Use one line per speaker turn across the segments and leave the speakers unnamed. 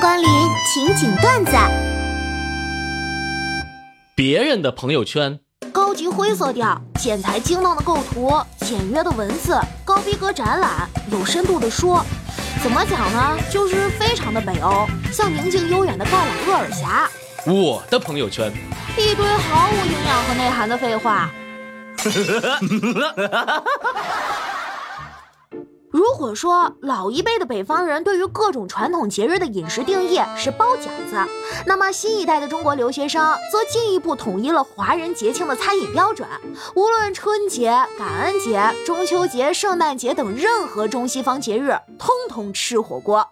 光临情景段子，
别人的朋友圈，
高级灰色调，剪裁精当的构图，简约的文字，高逼格展览，有深度的说。怎么讲呢？就是非常的北欧，像宁静悠远的盖朗厄尔峡，
我的朋友圈，
一堆毫无营养和内涵的废话。如果说老一辈的北方人对于各种传统节日的饮食定义是包饺子，那么新一代的中国留学生则进一步统一了华人节庆的餐饮标准。无论春节、感恩节、中秋节、圣诞节等任何中西方节日，通通吃火锅。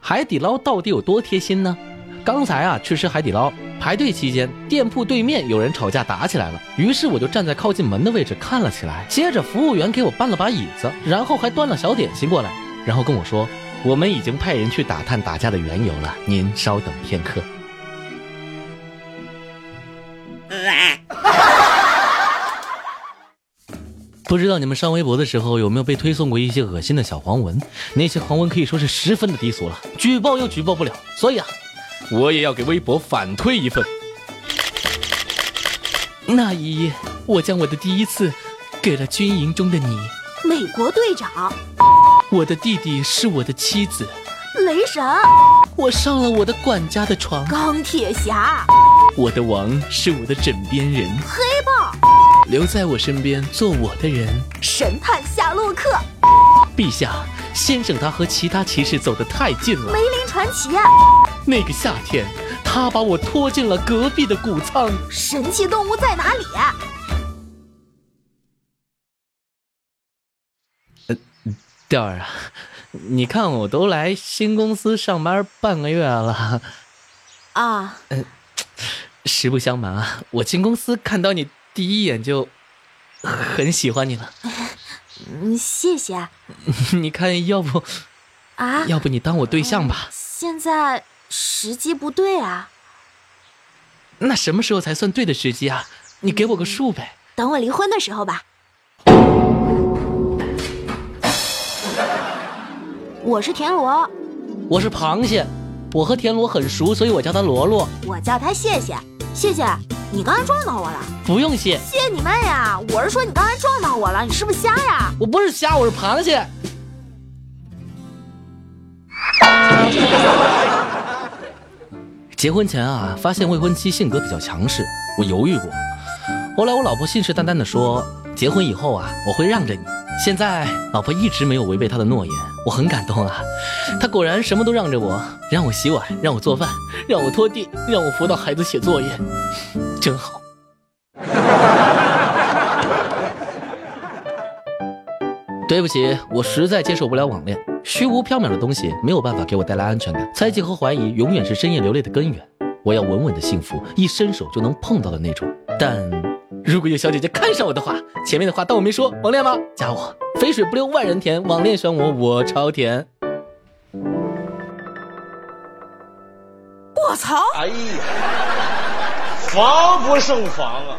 海底捞到底有多贴心呢？刚才啊，去吃海底捞，排队期间，店铺对面有人吵架打起来了，于是我就站在靠近门的位置看了起来。接着服务员给我搬了把椅子，然后还端了小点心过来，然后跟我说，我们已经派人去打探打架的缘由了，您稍等片刻。不知道你们上微博的时候有没有被推送过一些恶心的小黄文？那些黄文可以说是十分的低俗了，举报又举报不了，所以啊，我也要给微博反推一份。那一夜，我将我的第一次给了军营中的你，
美国队长、
我的弟弟是我的妻子，
雷神、
我上了我的管家的床，
钢铁侠、
我的王是我的枕边人，
黑豹、
留在我身边做我的人。
神探夏洛克、
陛下，先生他和其他骑士走得太近了
梅。林传奇、
那个夏天，他把我拖进了隔壁的谷仓。
神奇动物在哪里？啊
调儿啊，你看我都来新公司上班半个月了，
啊，
实不相瞒啊，我进公司看到你第一眼就很喜欢你了。
嗯，谢谢啊。
你看，要不要不你当我对象吧？
现在时机不对啊，
那什么时候才算对的时机啊？你给我个数呗。
等我离婚的时候吧。我是田螺，
我是螃蟹，我和田螺很熟，所以我叫他罗罗。
我叫他谢谢，谢谢，你刚才撞到我了，
不用谢，
谢你妹呀！我是说你刚才撞到我了，你是不是瞎呀？
我不是虾，我是螃蟹。结婚前啊，发现未婚妻性格比较强势，我犹豫过。后来我老婆信誓旦旦地说，结婚以后啊，我会让着你。现在老婆一直没有违背她的诺言，我很感动啊。她果然什么都让着我，让我洗碗，让我做饭，让我拖地，让我辅导孩子写作业，真好。对不起，我实在接受不了网恋，虚无缥缈的东西没有办法给我带来安全感，猜忌和怀疑永远是深夜流泪的根源。我要稳稳的幸福，一伸手就能碰到的那种。但如果有小姐姐看上我的话，前面的话当我没说，网恋吗？加我，肥水不流外人田，网恋选我，我超甜。
我操！
哎呀，防不胜防啊！